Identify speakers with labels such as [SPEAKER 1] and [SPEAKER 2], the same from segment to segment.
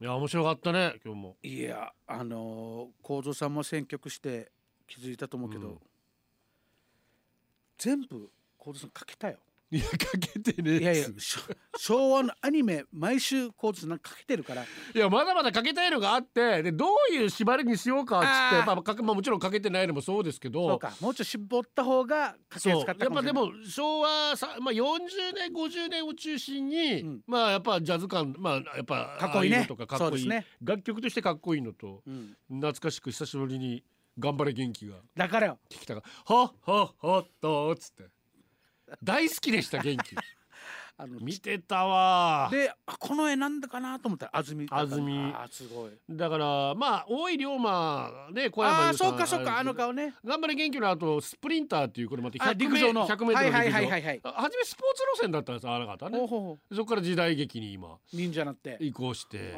[SPEAKER 1] いや面白かったね今日も
[SPEAKER 2] いやあのー幸三さんも選曲して気づいたと思うけど、
[SPEAKER 1] うん
[SPEAKER 2] 全部幸三さんかけたよ
[SPEAKER 1] いやかけてね
[SPEAKER 2] いやいやしょ昭和のアニメ毎週幸三さんなんかかけてるから
[SPEAKER 1] いやまだまだかけたいのがあってでどういう縛りにしようかっつって
[SPEAKER 2] あー
[SPEAKER 1] まあかけまあ、もちろんかけてないのもそうですけど
[SPEAKER 2] そうかもうちょい絞った方がかけ
[SPEAKER 1] そう
[SPEAKER 2] やすかった
[SPEAKER 1] や
[SPEAKER 2] か
[SPEAKER 1] っ
[SPEAKER 2] も
[SPEAKER 1] ぱで
[SPEAKER 2] しれない
[SPEAKER 1] も昭和さ、まあ、40年50年を中心に、
[SPEAKER 2] うん
[SPEAKER 1] まあやっぱジャズ感まあやっぱ
[SPEAKER 2] かっこいいね
[SPEAKER 1] ああうのとかかっこいい、
[SPEAKER 2] そうですね
[SPEAKER 1] 楽曲としてかっこいいのと
[SPEAKER 2] うん、
[SPEAKER 1] 懐かしく久しぶりに「頑張れ元気」が
[SPEAKER 2] だからよ
[SPEAKER 1] 聞きたが「はっはっはっと」っつって大好きでした元 気
[SPEAKER 2] あの
[SPEAKER 1] 見てたわ
[SPEAKER 2] であこの絵なんだかなと思ったら安住
[SPEAKER 1] 安住
[SPEAKER 2] あーすごい
[SPEAKER 1] だからまあ大井龍馬ね小山
[SPEAKER 2] あ
[SPEAKER 1] 裕
[SPEAKER 2] あー
[SPEAKER 1] さん
[SPEAKER 2] そうかそうかあの顔ね
[SPEAKER 1] 頑張れ元気の後スプリンターっていうこれまた
[SPEAKER 2] あ
[SPEAKER 1] 100
[SPEAKER 2] 陸上の
[SPEAKER 1] 100m の陸上、
[SPEAKER 2] はいはいはいはいはい
[SPEAKER 1] あ初めスポーツ路線だったんですあなた
[SPEAKER 2] ほう
[SPEAKER 1] ね
[SPEAKER 2] ほうほ
[SPEAKER 1] そこから時代劇に今
[SPEAKER 2] う忍者になって
[SPEAKER 1] 移行して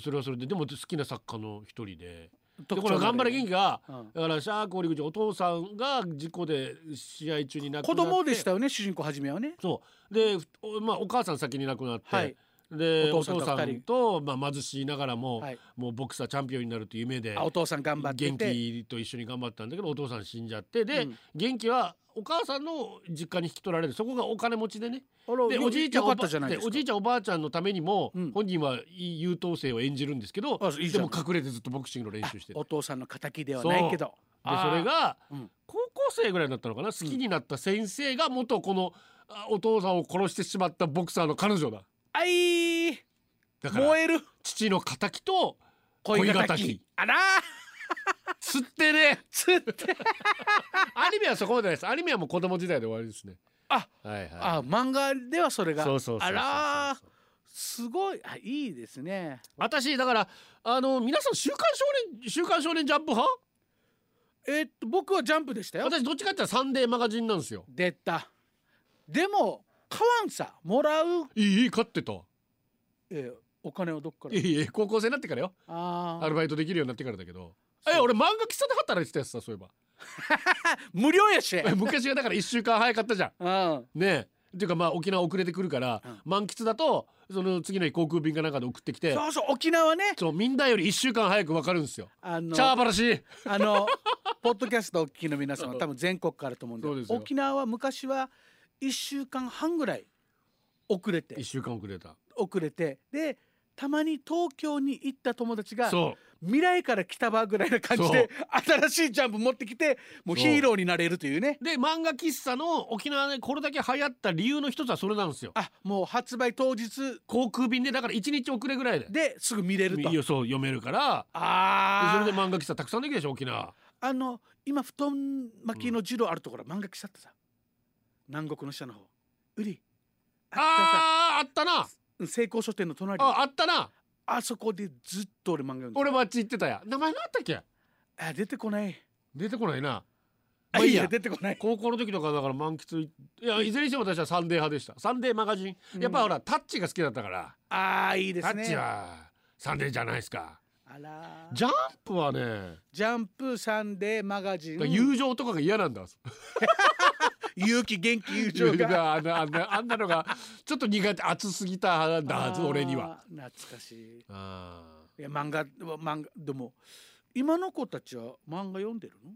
[SPEAKER 1] それはそれででも好きな作家の一人でで
[SPEAKER 2] 特
[SPEAKER 1] こ
[SPEAKER 2] 徴
[SPEAKER 1] の「
[SPEAKER 2] があ
[SPEAKER 1] 頑張
[SPEAKER 2] る
[SPEAKER 1] れ元気」が
[SPEAKER 2] うん
[SPEAKER 1] だからシャーク折口お父さんが事故で試合中に亡くな
[SPEAKER 2] 子
[SPEAKER 1] って
[SPEAKER 2] 供でしたよね主人公はじめはね
[SPEAKER 1] そうでふお,、まあ、お母さん先に亡くなって、
[SPEAKER 2] はい
[SPEAKER 1] で
[SPEAKER 2] お
[SPEAKER 1] お
[SPEAKER 2] 父さん
[SPEAKER 1] 父
[SPEAKER 2] と
[SPEAKER 1] さ
[SPEAKER 2] 二
[SPEAKER 1] ん
[SPEAKER 2] 人
[SPEAKER 1] と、まあ、貧しいながらも、
[SPEAKER 2] はい
[SPEAKER 1] もうボクサーチャンピオンになるという夢で
[SPEAKER 2] あお父さん頑張って
[SPEAKER 1] 元
[SPEAKER 2] て
[SPEAKER 1] 気と一緒に頑張ったんだけどお父さん死んじゃってで、
[SPEAKER 2] うん
[SPEAKER 1] 元気はお母さんの実家に引き取られるそこがお金持ちでね
[SPEAKER 2] あら
[SPEAKER 1] で
[SPEAKER 2] よ
[SPEAKER 1] おじいちゃん
[SPEAKER 2] よか
[SPEAKER 1] お
[SPEAKER 2] っ
[SPEAKER 1] ば
[SPEAKER 2] たじゃないです
[SPEAKER 1] で
[SPEAKER 2] か
[SPEAKER 1] おじいちゃんおばあちゃんのためにも、
[SPEAKER 2] うん
[SPEAKER 1] 本人はいい優等生を演じるんですけど
[SPEAKER 2] あいいじ
[SPEAKER 1] で
[SPEAKER 2] ゃん
[SPEAKER 1] も隠れてずっとボクシングの練習してる
[SPEAKER 2] お父さんの敵ではないけどで
[SPEAKER 1] でそれが
[SPEAKER 2] うん
[SPEAKER 1] 高校生ぐらいだったのかな好きになった先生が元このあお父さんを殺してしまったボクサーの彼女だ
[SPEAKER 2] あいー
[SPEAKER 1] だから
[SPEAKER 2] 燃える
[SPEAKER 1] 父の敵と
[SPEAKER 2] 恋
[SPEAKER 1] 恋
[SPEAKER 2] 敵
[SPEAKER 1] 敵
[SPEAKER 2] あらー
[SPEAKER 1] つってね
[SPEAKER 2] つって
[SPEAKER 1] アニメはそこまでないですアニメはもう子供時代で終わりですね
[SPEAKER 2] あ
[SPEAKER 1] はいはい
[SPEAKER 2] あ漫画ではそれが
[SPEAKER 1] そうそうそうそうそう
[SPEAKER 2] あらーすごいあいいですね
[SPEAKER 1] 私だからあの皆さん週刊少年週刊少年ジャンプ派
[SPEAKER 2] えーっと僕はジャンプでしたよ
[SPEAKER 1] 私どっちかって言ったらサンデーマガジンなんですよ
[SPEAKER 2] 出たでも買わんさもらう、
[SPEAKER 1] いいいい買ってた
[SPEAKER 2] えーお金をどっから
[SPEAKER 1] いやいや高校生になってからよ
[SPEAKER 2] あ
[SPEAKER 1] ア
[SPEAKER 2] あ
[SPEAKER 1] ルバイトできるようになってからだけど
[SPEAKER 2] そう
[SPEAKER 1] え俺漫画喫茶で働いてたやつさそういえば
[SPEAKER 2] 無料やし
[SPEAKER 1] え昔はだから1週間早かったじゃん
[SPEAKER 2] うん
[SPEAKER 1] ねえっていうかまあ沖縄遅れてくるから、
[SPEAKER 2] うん
[SPEAKER 1] 満喫だとその次の日航空便かなんかで送ってきて
[SPEAKER 2] そうそう沖縄ね
[SPEAKER 1] そうみんなより1週間早く分かるんですよ
[SPEAKER 2] あの
[SPEAKER 1] チャーバラシ
[SPEAKER 2] あのポッドキャストお聞きの皆様多分全国からと思うんで
[SPEAKER 1] そうですよ
[SPEAKER 2] 沖縄は昔は1週間半ぐらい遅れて
[SPEAKER 1] 1週間遅れた
[SPEAKER 2] 遅れてでたまに東京に行った友達が
[SPEAKER 1] そう
[SPEAKER 2] 未来から来たばぐらいな感じで新しいジャンプ持ってきてもうヒーローになれるというね
[SPEAKER 1] で漫画喫茶の沖縄でこれだけ流行った理由の一つはそれなんですよ
[SPEAKER 2] あもう発売当日
[SPEAKER 1] 航空便でだから1日遅れぐらいで
[SPEAKER 2] ですぐ見れると
[SPEAKER 1] いやそう読めるからそ
[SPEAKER 2] あ
[SPEAKER 1] れで
[SPEAKER 2] あ
[SPEAKER 1] 漫画喫茶たくさんできるでしょ沖縄
[SPEAKER 2] あの今布団巻きのジローあるところ漫画喫茶ってさ南国の下の方うりあ
[SPEAKER 1] あーあったな
[SPEAKER 2] ったさ成功書店の隣あ
[SPEAKER 1] ああったな
[SPEAKER 2] そこでずっと俺漫画読んで
[SPEAKER 1] 俺もあっち行ってたや名前なんだったっけ
[SPEAKER 2] たあ出てこない
[SPEAKER 1] 出てこないな
[SPEAKER 2] あ
[SPEAKER 1] まあ
[SPEAKER 2] い
[SPEAKER 1] い
[SPEAKER 2] い
[SPEAKER 1] い
[SPEAKER 2] や
[SPEAKER 1] や
[SPEAKER 2] 出てこない
[SPEAKER 1] 高校の時とかだから満喫いいやいずれにしても私はサンデー派でしたサンデーマガジ
[SPEAKER 2] うん
[SPEAKER 1] ンやっぱほら、タッチが好きだったから、
[SPEAKER 2] ああいいで
[SPEAKER 1] タ
[SPEAKER 2] す
[SPEAKER 1] ッチ
[SPEAKER 2] ね
[SPEAKER 1] はサンデーじゃないですか
[SPEAKER 2] あらー
[SPEAKER 1] ジャンプはね、
[SPEAKER 2] ジャンプサンデーマガジン
[SPEAKER 1] 友情とかが嫌なんだ
[SPEAKER 2] 勇気元気友
[SPEAKER 1] 友
[SPEAKER 2] 情
[SPEAKER 1] 情 があ
[SPEAKER 2] が
[SPEAKER 1] んなあんなあんなのがちょっと苦手熱すぎたんだ
[SPEAKER 2] あー
[SPEAKER 1] 俺には
[SPEAKER 2] 懐かしい
[SPEAKER 1] あ
[SPEAKER 2] いや漫画漫画でも今の子たちは漫画読んでるの
[SPEAKER 1] ー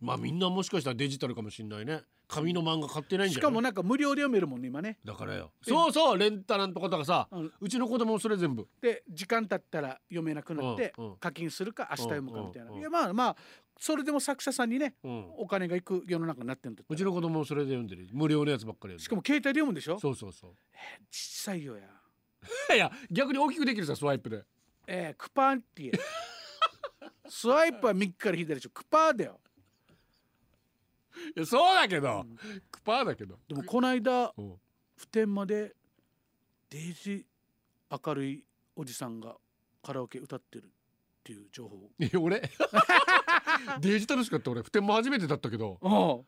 [SPEAKER 1] まあみんなもしかしたらデジタルかもしんないね紙の漫画買ってないんじ
[SPEAKER 2] し
[SPEAKER 1] ゃな
[SPEAKER 2] か
[SPEAKER 1] い
[SPEAKER 2] もなんか無料で読めるもんね今ね
[SPEAKER 1] だからよそうそうレンタルとかとかさ
[SPEAKER 2] うん
[SPEAKER 1] うちの子供もそれ全部
[SPEAKER 2] で時間経ったら読めなくなって
[SPEAKER 1] うんうん
[SPEAKER 2] 課金するか明日読むかみたい
[SPEAKER 1] うん
[SPEAKER 2] な
[SPEAKER 1] うん
[SPEAKER 2] いやまあまあそれでも作者さんにね
[SPEAKER 1] うん
[SPEAKER 2] お金がいく世の中になってるんだった
[SPEAKER 1] う
[SPEAKER 2] ら
[SPEAKER 1] ちの子供もそれで読んでる無料のやつばっかり読んでる
[SPEAKER 2] しかも携帯で読むんでしょ
[SPEAKER 1] そうそうそう
[SPEAKER 2] 小さいよや
[SPEAKER 1] いや逆に大きくできるさスワイプで
[SPEAKER 2] えー、クパーって 言えスワイプは右から左でしょクパーだよ
[SPEAKER 1] いやそうだけど、クパーだけど
[SPEAKER 2] でもこの間
[SPEAKER 1] うん
[SPEAKER 2] 普天間でデイジ明るいおじさんがカラオケ歌ってるっていう情報
[SPEAKER 1] いや 俺デジタルしかって俺普天間初めてだったけど
[SPEAKER 2] お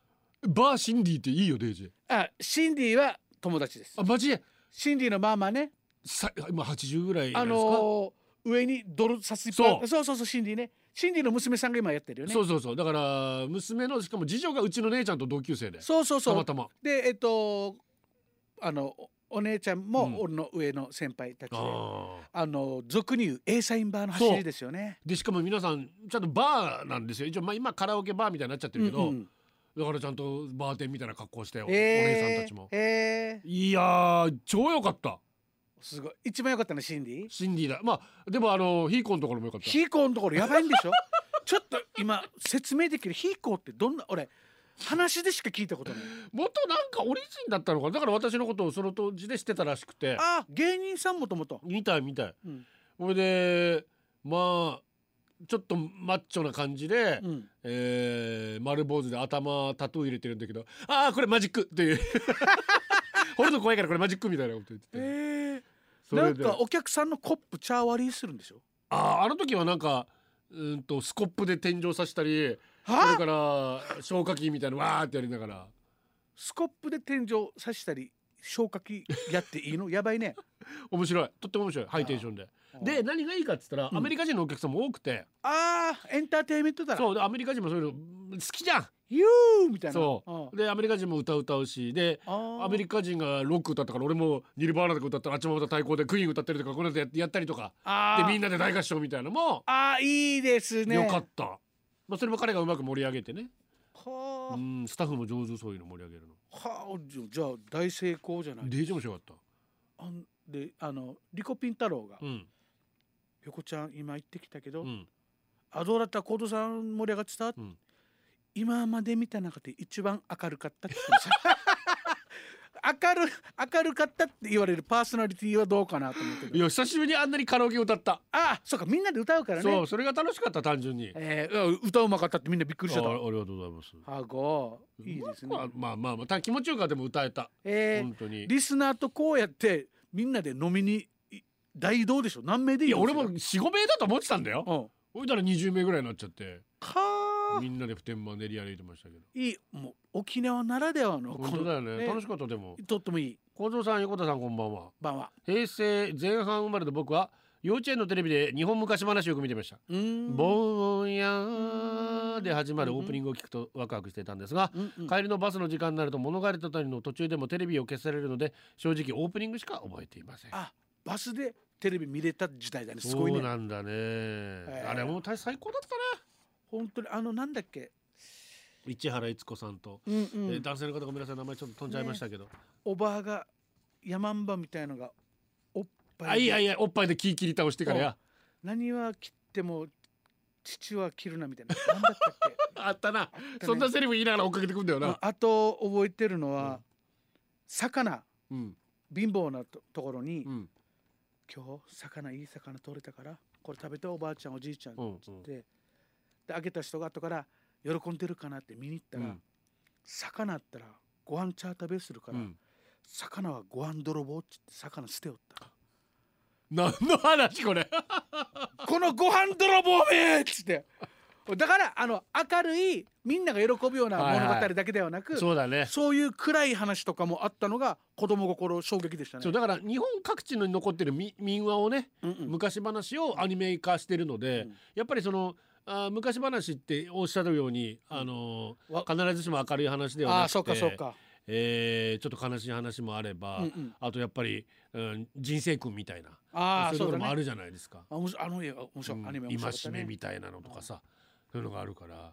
[SPEAKER 1] バーシンディっていいよデイジ
[SPEAKER 2] あシンディは友達です
[SPEAKER 1] あマジ
[SPEAKER 2] シンディのママね
[SPEAKER 1] さ今80ぐらいじゃ
[SPEAKER 2] あ
[SPEAKER 1] ないですか、
[SPEAKER 2] のー上に泥さすそ
[SPEAKER 1] そう
[SPEAKER 2] うそうそうそうシンディねシンディの娘さんが今やってるよね
[SPEAKER 1] そうそうそうだから娘のしかも次女がうちの姉ちゃんと同級生で
[SPEAKER 2] そうそうそう
[SPEAKER 1] たまたま
[SPEAKER 2] でえっとあのおお姉ちゃん
[SPEAKER 1] うん
[SPEAKER 2] も俺の上の先輩たちで、
[SPEAKER 1] ああ
[SPEAKER 2] あの俗に言う A サインバーの走りですよね。
[SPEAKER 1] でしかも皆さんちゃんとバーなんですよ一応まあ今カラオケバーみたいになっちゃってるけど、
[SPEAKER 2] うんうん
[SPEAKER 1] だからちゃんとバーテンみたいな格好して、おお
[SPEAKER 2] えー
[SPEAKER 1] 姉さんたちも
[SPEAKER 2] えー
[SPEAKER 1] いやー超良かった
[SPEAKER 2] すごい一番良かったのはシンディ
[SPEAKER 1] シンディだまあでもあのヒーコのところも良かった
[SPEAKER 2] ヒーコーのところやばいんでしょ ちょっと今説明できるヒーコーってどんな俺話でしか聞いたことない
[SPEAKER 1] 元なんかオリジンだったのかなだから私のことをその当時でしてたらしくて
[SPEAKER 2] あ芸人さんもともと、
[SPEAKER 1] みたいみたい
[SPEAKER 2] うん
[SPEAKER 1] それでまあちょっとマッチョな感じで、
[SPEAKER 2] うん、
[SPEAKER 1] えー丸坊主で頭タトゥー入れてるんだけど「ああこれマジック」っていう 俺の怖いからこれマジックみたいなこと言ってて、
[SPEAKER 2] え
[SPEAKER 1] そ
[SPEAKER 2] ー、な
[SPEAKER 1] れ
[SPEAKER 2] ん
[SPEAKER 1] で
[SPEAKER 2] かお客さんのコップチャー割りするんでしょ
[SPEAKER 1] あーあの時はなんかうーんとスコップで天井さしたりそれ
[SPEAKER 2] はあ
[SPEAKER 1] から消火器みたいなわーってやりながら
[SPEAKER 2] スコップで天井刺したり消火器やっていいの やばいね
[SPEAKER 1] 面白いとっても面白いハイテンションで。で何がいいかっつったら、
[SPEAKER 2] うん
[SPEAKER 1] アメリカ人のお客さんも多くて
[SPEAKER 2] あーエンターテインメントだな
[SPEAKER 1] そうでアメリカ人もそういうのうん好きじゃん
[SPEAKER 2] ユーみたいな
[SPEAKER 1] そ
[SPEAKER 2] うん
[SPEAKER 1] でアメリカ人も歌歌うしで
[SPEAKER 2] あ
[SPEAKER 1] アメリ
[SPEAKER 2] カ
[SPEAKER 1] カ人がロック歌ったから俺もニルバーナとか歌ったらあっちもまた対抗でクイーン歌ってるとかこのやつややったりとか
[SPEAKER 2] あ
[SPEAKER 1] で
[SPEAKER 2] ー
[SPEAKER 1] みんなで大合唱みたいなのも
[SPEAKER 2] あーいいですね
[SPEAKER 1] よかった、まあ、それも彼がうまく盛り上げてね
[SPEAKER 2] はあ、
[SPEAKER 1] うんスタッフも上手そういうの盛り上げるの
[SPEAKER 2] はあじゃじゃあ大成功じゃない
[SPEAKER 1] デージ面白かった
[SPEAKER 2] あんであのリコピン太郎が
[SPEAKER 1] うん
[SPEAKER 2] 「横ちゃん今行ってきたけど、
[SPEAKER 1] うん
[SPEAKER 2] あどうだったコードさん盛り上がってた
[SPEAKER 1] ん
[SPEAKER 2] 今まで見た中で一番明るかった」って言ってました 明る明るかったって言われるパーソナリティはどうかなと思うけ
[SPEAKER 1] い
[SPEAKER 2] ど
[SPEAKER 1] や久しぶりにあんなにカラオケ歌った、
[SPEAKER 2] あそうかみんなで歌うからね
[SPEAKER 1] そうそれが楽しかった単純に
[SPEAKER 2] えーうわ歌うまかったってみんなびっくりしちゃ
[SPEAKER 1] あ
[SPEAKER 2] っ
[SPEAKER 1] ありがとうございます
[SPEAKER 2] たあごいいですね、
[SPEAKER 1] まあまあまあ、まあ、た気持ちよくはでも歌えた、
[SPEAKER 2] えー
[SPEAKER 1] 本当に
[SPEAKER 2] リスナーとこうやってみんなで飲みにい大移動でしょ何名でい
[SPEAKER 1] い
[SPEAKER 2] い
[SPEAKER 1] や
[SPEAKER 2] の
[SPEAKER 1] 俺も45名だと思ってたんだよ
[SPEAKER 2] うん
[SPEAKER 1] おいたら20名ぐらいになっちゃって
[SPEAKER 2] か
[SPEAKER 1] みんなで普天間練り歩いてましたけど
[SPEAKER 2] いいもう沖縄ならではのこの
[SPEAKER 1] 本当だよね
[SPEAKER 2] ね
[SPEAKER 1] 楽しかったでも
[SPEAKER 2] とってもいい
[SPEAKER 1] 幸三さん横田さんこんばんは
[SPEAKER 2] 晩は
[SPEAKER 1] 平成前半生まれの僕は幼稚園のテレビで日本昔話をよく見てました
[SPEAKER 2] うー
[SPEAKER 1] 「
[SPEAKER 2] ん
[SPEAKER 1] ぼんやー」で始まるオープニングを聞くとワクワクしていたんですが
[SPEAKER 2] うんうん
[SPEAKER 1] 帰りのバスの時間になると物語の途中でもテレビを消されるので正直オープニングしか覚えていません
[SPEAKER 2] あバスでテレビ見れた時代だねす
[SPEAKER 1] そ
[SPEAKER 2] ごいうね
[SPEAKER 1] なんだね
[SPEAKER 2] え
[SPEAKER 1] あれも大最高だったね
[SPEAKER 2] 本当にあのなんだっけ
[SPEAKER 1] 市原悦子さんと
[SPEAKER 2] うんう
[SPEAKER 1] えー
[SPEAKER 2] ん
[SPEAKER 1] 男性の方ごめんなさい名前ちょっと飛んじゃいましたけど
[SPEAKER 2] おばあが山んばみたいのがおっぱ
[SPEAKER 1] あ
[SPEAKER 2] い
[SPEAKER 1] い
[SPEAKER 2] で
[SPEAKER 1] やいやおっぱいで木切り倒してからや
[SPEAKER 2] 何は切っても父は切るなみたいななんだったっけ
[SPEAKER 1] あったな
[SPEAKER 2] あったね
[SPEAKER 1] そんなセリフ言いながら追っかけてくんだよ
[SPEAKER 2] ま
[SPEAKER 1] な
[SPEAKER 2] ああと覚えてるのは、
[SPEAKER 1] うん
[SPEAKER 2] 魚
[SPEAKER 1] うん
[SPEAKER 2] 貧乏なとところに、
[SPEAKER 1] うん
[SPEAKER 2] 今日魚いい魚取れたからこれ食べておばあちゃんおじいちゃん
[SPEAKER 1] うん
[SPEAKER 2] つって、であげた人が後から喜んでるかなって見に行ったら、
[SPEAKER 1] うん
[SPEAKER 2] 魚あったらご飯チャー食べするか
[SPEAKER 1] う
[SPEAKER 2] ら、
[SPEAKER 1] ん
[SPEAKER 2] 魚はご飯泥棒っつって魚捨ておった
[SPEAKER 1] 何の話これ
[SPEAKER 2] このご飯泥棒めっつってだからあの明るいみんなが喜ぶような
[SPEAKER 1] はいはい
[SPEAKER 2] 物語だけではなく、
[SPEAKER 1] そうだね
[SPEAKER 2] そういう暗い話とかもあったのが子供心衝撃でしたね
[SPEAKER 1] そうだから日本各地の残ってるみ民話をね
[SPEAKER 2] うんうん
[SPEAKER 1] 昔話をアニメ化してるので、
[SPEAKER 2] うん
[SPEAKER 1] やっぱりそのあー昔話っておっしゃるように、
[SPEAKER 2] ん
[SPEAKER 1] あのー
[SPEAKER 2] わ
[SPEAKER 1] 必ずしも明るい話ではなくて
[SPEAKER 2] ああそうかそうか、
[SPEAKER 1] えーちょっと悲しい話もあれば、
[SPEAKER 2] うんうん、
[SPEAKER 1] あとやっぱり、うん、人生訓みたいな
[SPEAKER 2] あ
[SPEAKER 1] そう
[SPEAKER 2] あ
[SPEAKER 1] いうと
[SPEAKER 2] そう
[SPEAKER 1] ころ
[SPEAKER 2] だ
[SPEAKER 1] もあ
[SPEAKER 2] ね
[SPEAKER 1] るじゃないですか。
[SPEAKER 2] あ面白いあの映画面白い、
[SPEAKER 1] うん
[SPEAKER 2] アニメ面白かった
[SPEAKER 1] 戒
[SPEAKER 2] ね
[SPEAKER 1] めみたいなのとかさ、そういうのがあるから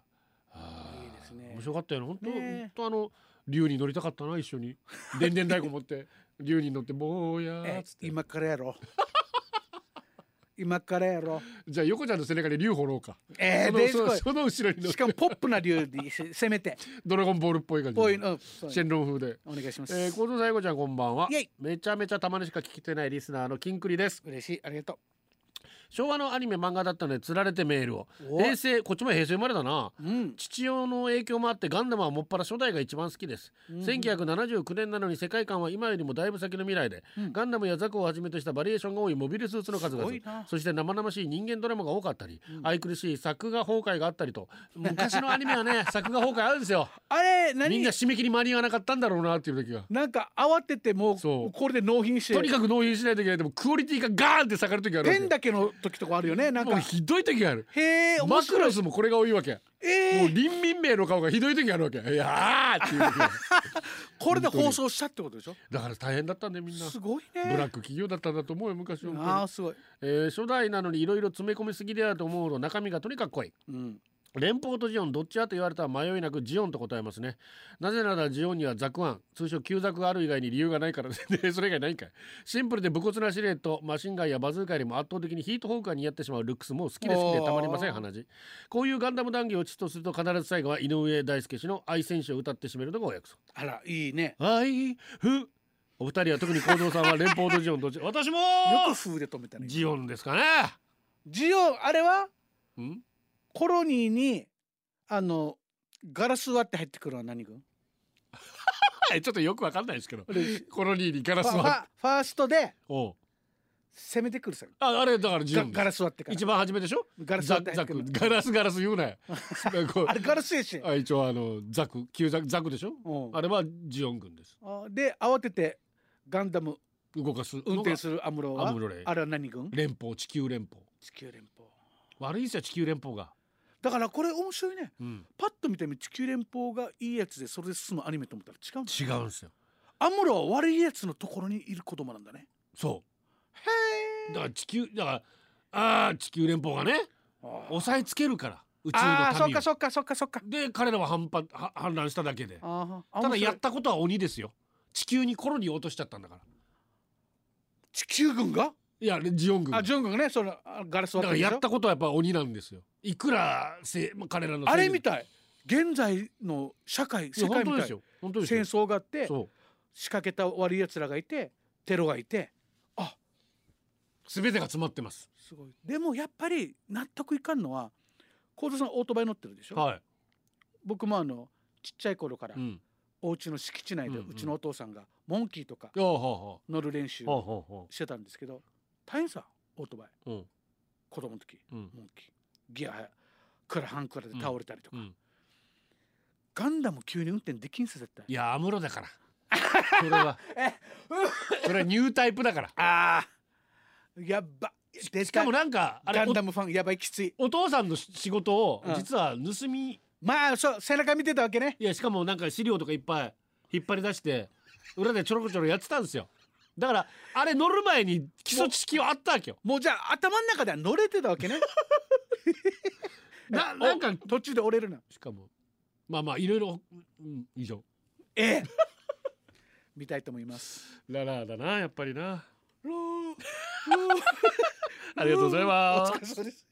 [SPEAKER 1] あー
[SPEAKER 2] いいですね
[SPEAKER 1] 面白かったよね本当、
[SPEAKER 2] ねえ
[SPEAKER 1] 本当あの竜に乗りたかったな一緒 にでんでん太鼓持って竜に乗って坊やー
[SPEAKER 2] え
[SPEAKER 1] っつって
[SPEAKER 2] 今から やろ今からやろ
[SPEAKER 1] じゃあ横ちゃんの背中で竜掘ろうか
[SPEAKER 2] え
[SPEAKER 1] そ
[SPEAKER 2] ー、
[SPEAKER 1] の
[SPEAKER 2] で
[SPEAKER 1] そ
[SPEAKER 2] す
[SPEAKER 1] その後ろに
[SPEAKER 2] ご
[SPEAKER 1] 乗っ
[SPEAKER 2] いしかもポップな理由でせせめて
[SPEAKER 1] ドラゴンボールっぽい感じ
[SPEAKER 2] こういう
[SPEAKER 1] で
[SPEAKER 2] のそう
[SPEAKER 1] シェンロン風で
[SPEAKER 2] お願いします、
[SPEAKER 1] えー、小僧さん英子ちゃんこんばんは
[SPEAKER 2] イエイ
[SPEAKER 1] めちゃめちゃたまにしか聞けてないリスナーのキンクリです
[SPEAKER 2] 嬉しいありがと
[SPEAKER 1] 昭和のアニメ漫画だったので釣られてメールを
[SPEAKER 2] うお
[SPEAKER 1] 平成こっちも平成生まれだな
[SPEAKER 2] うん
[SPEAKER 1] 父親の影響もあってガンダムはもっぱら初代が一番好きです、1979年なのに世界観は今よりもだいぶ先の未来で、
[SPEAKER 2] うん
[SPEAKER 1] ガンダムやザクをはじめとしたバリエーションが多いモビルスーツの数
[SPEAKER 2] す
[SPEAKER 1] 々
[SPEAKER 2] ごいな
[SPEAKER 1] そして生々しい人間ドラマが多かったり、愛くるしい作画崩壊があったりと昔のアニメは ね作画崩壊あるんですよ
[SPEAKER 2] あれ何
[SPEAKER 1] みんな締め切り間に合わなかったんだろうなっていう時が
[SPEAKER 2] なんか慌ててもう
[SPEAKER 1] そう
[SPEAKER 2] これで納品して
[SPEAKER 1] とにかく納品しないといけないでもクオリティがガーンって下がる時があるわけ
[SPEAKER 2] ペンだけの時とかあるよねなん
[SPEAKER 1] も
[SPEAKER 2] か
[SPEAKER 1] うひどい時がある
[SPEAKER 2] へえ面
[SPEAKER 1] マク
[SPEAKER 2] 白
[SPEAKER 1] ロ
[SPEAKER 2] い
[SPEAKER 1] スもこれが多いわけ
[SPEAKER 2] え
[SPEAKER 1] もう
[SPEAKER 2] ー、
[SPEAKER 1] 林民名の顔がひどい時があるわけいやーっていう時 が
[SPEAKER 2] これで放送したってことでしょ
[SPEAKER 1] だから大変だったねみんな
[SPEAKER 2] すごい
[SPEAKER 1] ブラ
[SPEAKER 2] ね
[SPEAKER 1] ック企業だったんだと思うよ昔は本当に
[SPEAKER 2] ああすごい、
[SPEAKER 1] えー初代なのにいろいろ詰め込みすぎだと思うほど中身がとにかく濃い
[SPEAKER 2] うん、
[SPEAKER 1] 連邦とジオンどっちやと言われたら迷いなくジオンと答えますねなぜならジオンにはザクワン通称旧ザクがある以外に理由がないから ですねそれ以外ないんかいシンプルで武骨なシルエットマシンガンやバズーカよりも圧倒的にヒートホークが似合ってしまうルックスも好きで好きでたまりません
[SPEAKER 2] あー
[SPEAKER 1] 鼻血こういうガンダム談義をちとすると必ず最後は井上大輔氏の愛選手を歌って締めるのがお約束
[SPEAKER 2] あらいいね
[SPEAKER 1] 愛ふお二人は特に幸三さんは連邦とジオンどっち私も
[SPEAKER 2] よく風で止めたね
[SPEAKER 1] ジオンですかね
[SPEAKER 2] ジオあれは
[SPEAKER 1] うん
[SPEAKER 2] コロニーにあのガラス割って入ってくるのは何軍
[SPEAKER 1] はいちょっとよくわかんないですけど
[SPEAKER 2] 俺
[SPEAKER 1] コロニーにガラス
[SPEAKER 2] ファフ
[SPEAKER 1] は
[SPEAKER 2] ァファーストで
[SPEAKER 1] おう
[SPEAKER 2] 攻めてくるさ
[SPEAKER 1] ああれだからジオ
[SPEAKER 2] ガ
[SPEAKER 1] ンです
[SPEAKER 2] ガラス割ってから
[SPEAKER 1] 一番初めでしょ
[SPEAKER 2] ガラス
[SPEAKER 1] ザ
[SPEAKER 2] 割っ
[SPEAKER 1] ク
[SPEAKER 2] て
[SPEAKER 1] ザ
[SPEAKER 2] 入ってく
[SPEAKER 1] ク
[SPEAKER 2] る
[SPEAKER 1] ガラスガラス言う なよこう
[SPEAKER 2] あれガラスやし、
[SPEAKER 1] あ一応あのザク旧ザクザクでしょ
[SPEAKER 2] うん
[SPEAKER 1] あれはジオン軍です
[SPEAKER 2] あで慌ててガンダム
[SPEAKER 1] 動かすのが
[SPEAKER 2] 運転するアムロは
[SPEAKER 1] アムロレイ
[SPEAKER 2] あれは何軍
[SPEAKER 1] 連邦地球連邦
[SPEAKER 2] 地球連邦
[SPEAKER 1] 悪いですよ地球連邦が
[SPEAKER 2] だからこれ面白いね
[SPEAKER 1] うん
[SPEAKER 2] パッと見てみ地球連邦がいいやつでそれで進むアニメと思ったら違うんだ
[SPEAKER 1] 違うんですよ
[SPEAKER 2] アムロは悪いやつのところにいる子供なんだね
[SPEAKER 1] そう
[SPEAKER 2] へえ
[SPEAKER 1] だから地球だからあー地球連邦がね押さえつけるから宇宙
[SPEAKER 2] ああ
[SPEAKER 1] の
[SPEAKER 2] そっ
[SPEAKER 1] 民を
[SPEAKER 2] かそっかそっかそっか
[SPEAKER 1] で彼らは反発は反乱しただけで
[SPEAKER 2] あーあ
[SPEAKER 1] ただ
[SPEAKER 2] 面白い
[SPEAKER 1] やったことは鬼ですよ地球にコロニーを落としちゃったんだから
[SPEAKER 2] 地球軍が
[SPEAKER 1] いやジオン軍が
[SPEAKER 2] あジョン軍がねそのあガラス
[SPEAKER 1] だか
[SPEAKER 2] 割
[SPEAKER 1] ら
[SPEAKER 2] るでし
[SPEAKER 1] や
[SPEAKER 2] ょ
[SPEAKER 1] ったことはやっぱ鬼なんですよいくらせまあ彼らの
[SPEAKER 2] あれみ
[SPEAKER 1] た
[SPEAKER 2] たい現在の社会世
[SPEAKER 1] 世界
[SPEAKER 2] 界
[SPEAKER 1] み
[SPEAKER 2] み
[SPEAKER 1] たい
[SPEAKER 2] たい
[SPEAKER 1] よ本当です
[SPEAKER 2] 戦
[SPEAKER 1] よ
[SPEAKER 2] 争があって
[SPEAKER 1] そ
[SPEAKER 2] 仕掛けた悪いやつらがいてテロがいて
[SPEAKER 1] う全てが詰まってます
[SPEAKER 2] すごいでもやっぱり納得いかんのは幸三さんオートバイ乗ってるでしょ、
[SPEAKER 1] は
[SPEAKER 2] 僕もあのちっちゃい頃から
[SPEAKER 1] いうん
[SPEAKER 2] お家の敷地内で
[SPEAKER 1] うんうん
[SPEAKER 2] うちのお父さんがモンキーとか
[SPEAKER 1] ああはあは
[SPEAKER 2] 乗る練習
[SPEAKER 1] あはあはあは
[SPEAKER 2] してたんですけど大変さオートバイ
[SPEAKER 1] あうん
[SPEAKER 2] 子供の時
[SPEAKER 1] うん
[SPEAKER 2] モンキーギアクラハンクラで倒れたりとか、
[SPEAKER 1] うん
[SPEAKER 2] ガンダム急に運転できんさ絶対
[SPEAKER 1] いや安室 だからそれは それはニュータイプだから
[SPEAKER 2] ああやっばで
[SPEAKER 1] しかも
[SPEAKER 2] な
[SPEAKER 1] なんかあ
[SPEAKER 2] ガ
[SPEAKER 1] れ
[SPEAKER 2] ンダムファンやばいきつい
[SPEAKER 1] おお父さんの仕仕事を
[SPEAKER 2] うん
[SPEAKER 1] 実は盗みい
[SPEAKER 2] まあそう背中見てたわけね
[SPEAKER 1] やしかもなんか資料とかいっぱい引っ張り出して裏でちょろこちょろやってたんですよだからあれ乗る前に基礎知識はあったわけよ
[SPEAKER 2] もうじゃあ頭の中では乗れてたわ けね
[SPEAKER 1] ななんか
[SPEAKER 2] お途中で折れるな
[SPEAKER 1] しかもまあまあいろいろ、うん、以上
[SPEAKER 2] ええ見たいと思います
[SPEAKER 1] ララだなやっぱりな
[SPEAKER 2] ロー
[SPEAKER 1] ありがとうござい
[SPEAKER 2] お
[SPEAKER 1] ます
[SPEAKER 2] 疲れ様です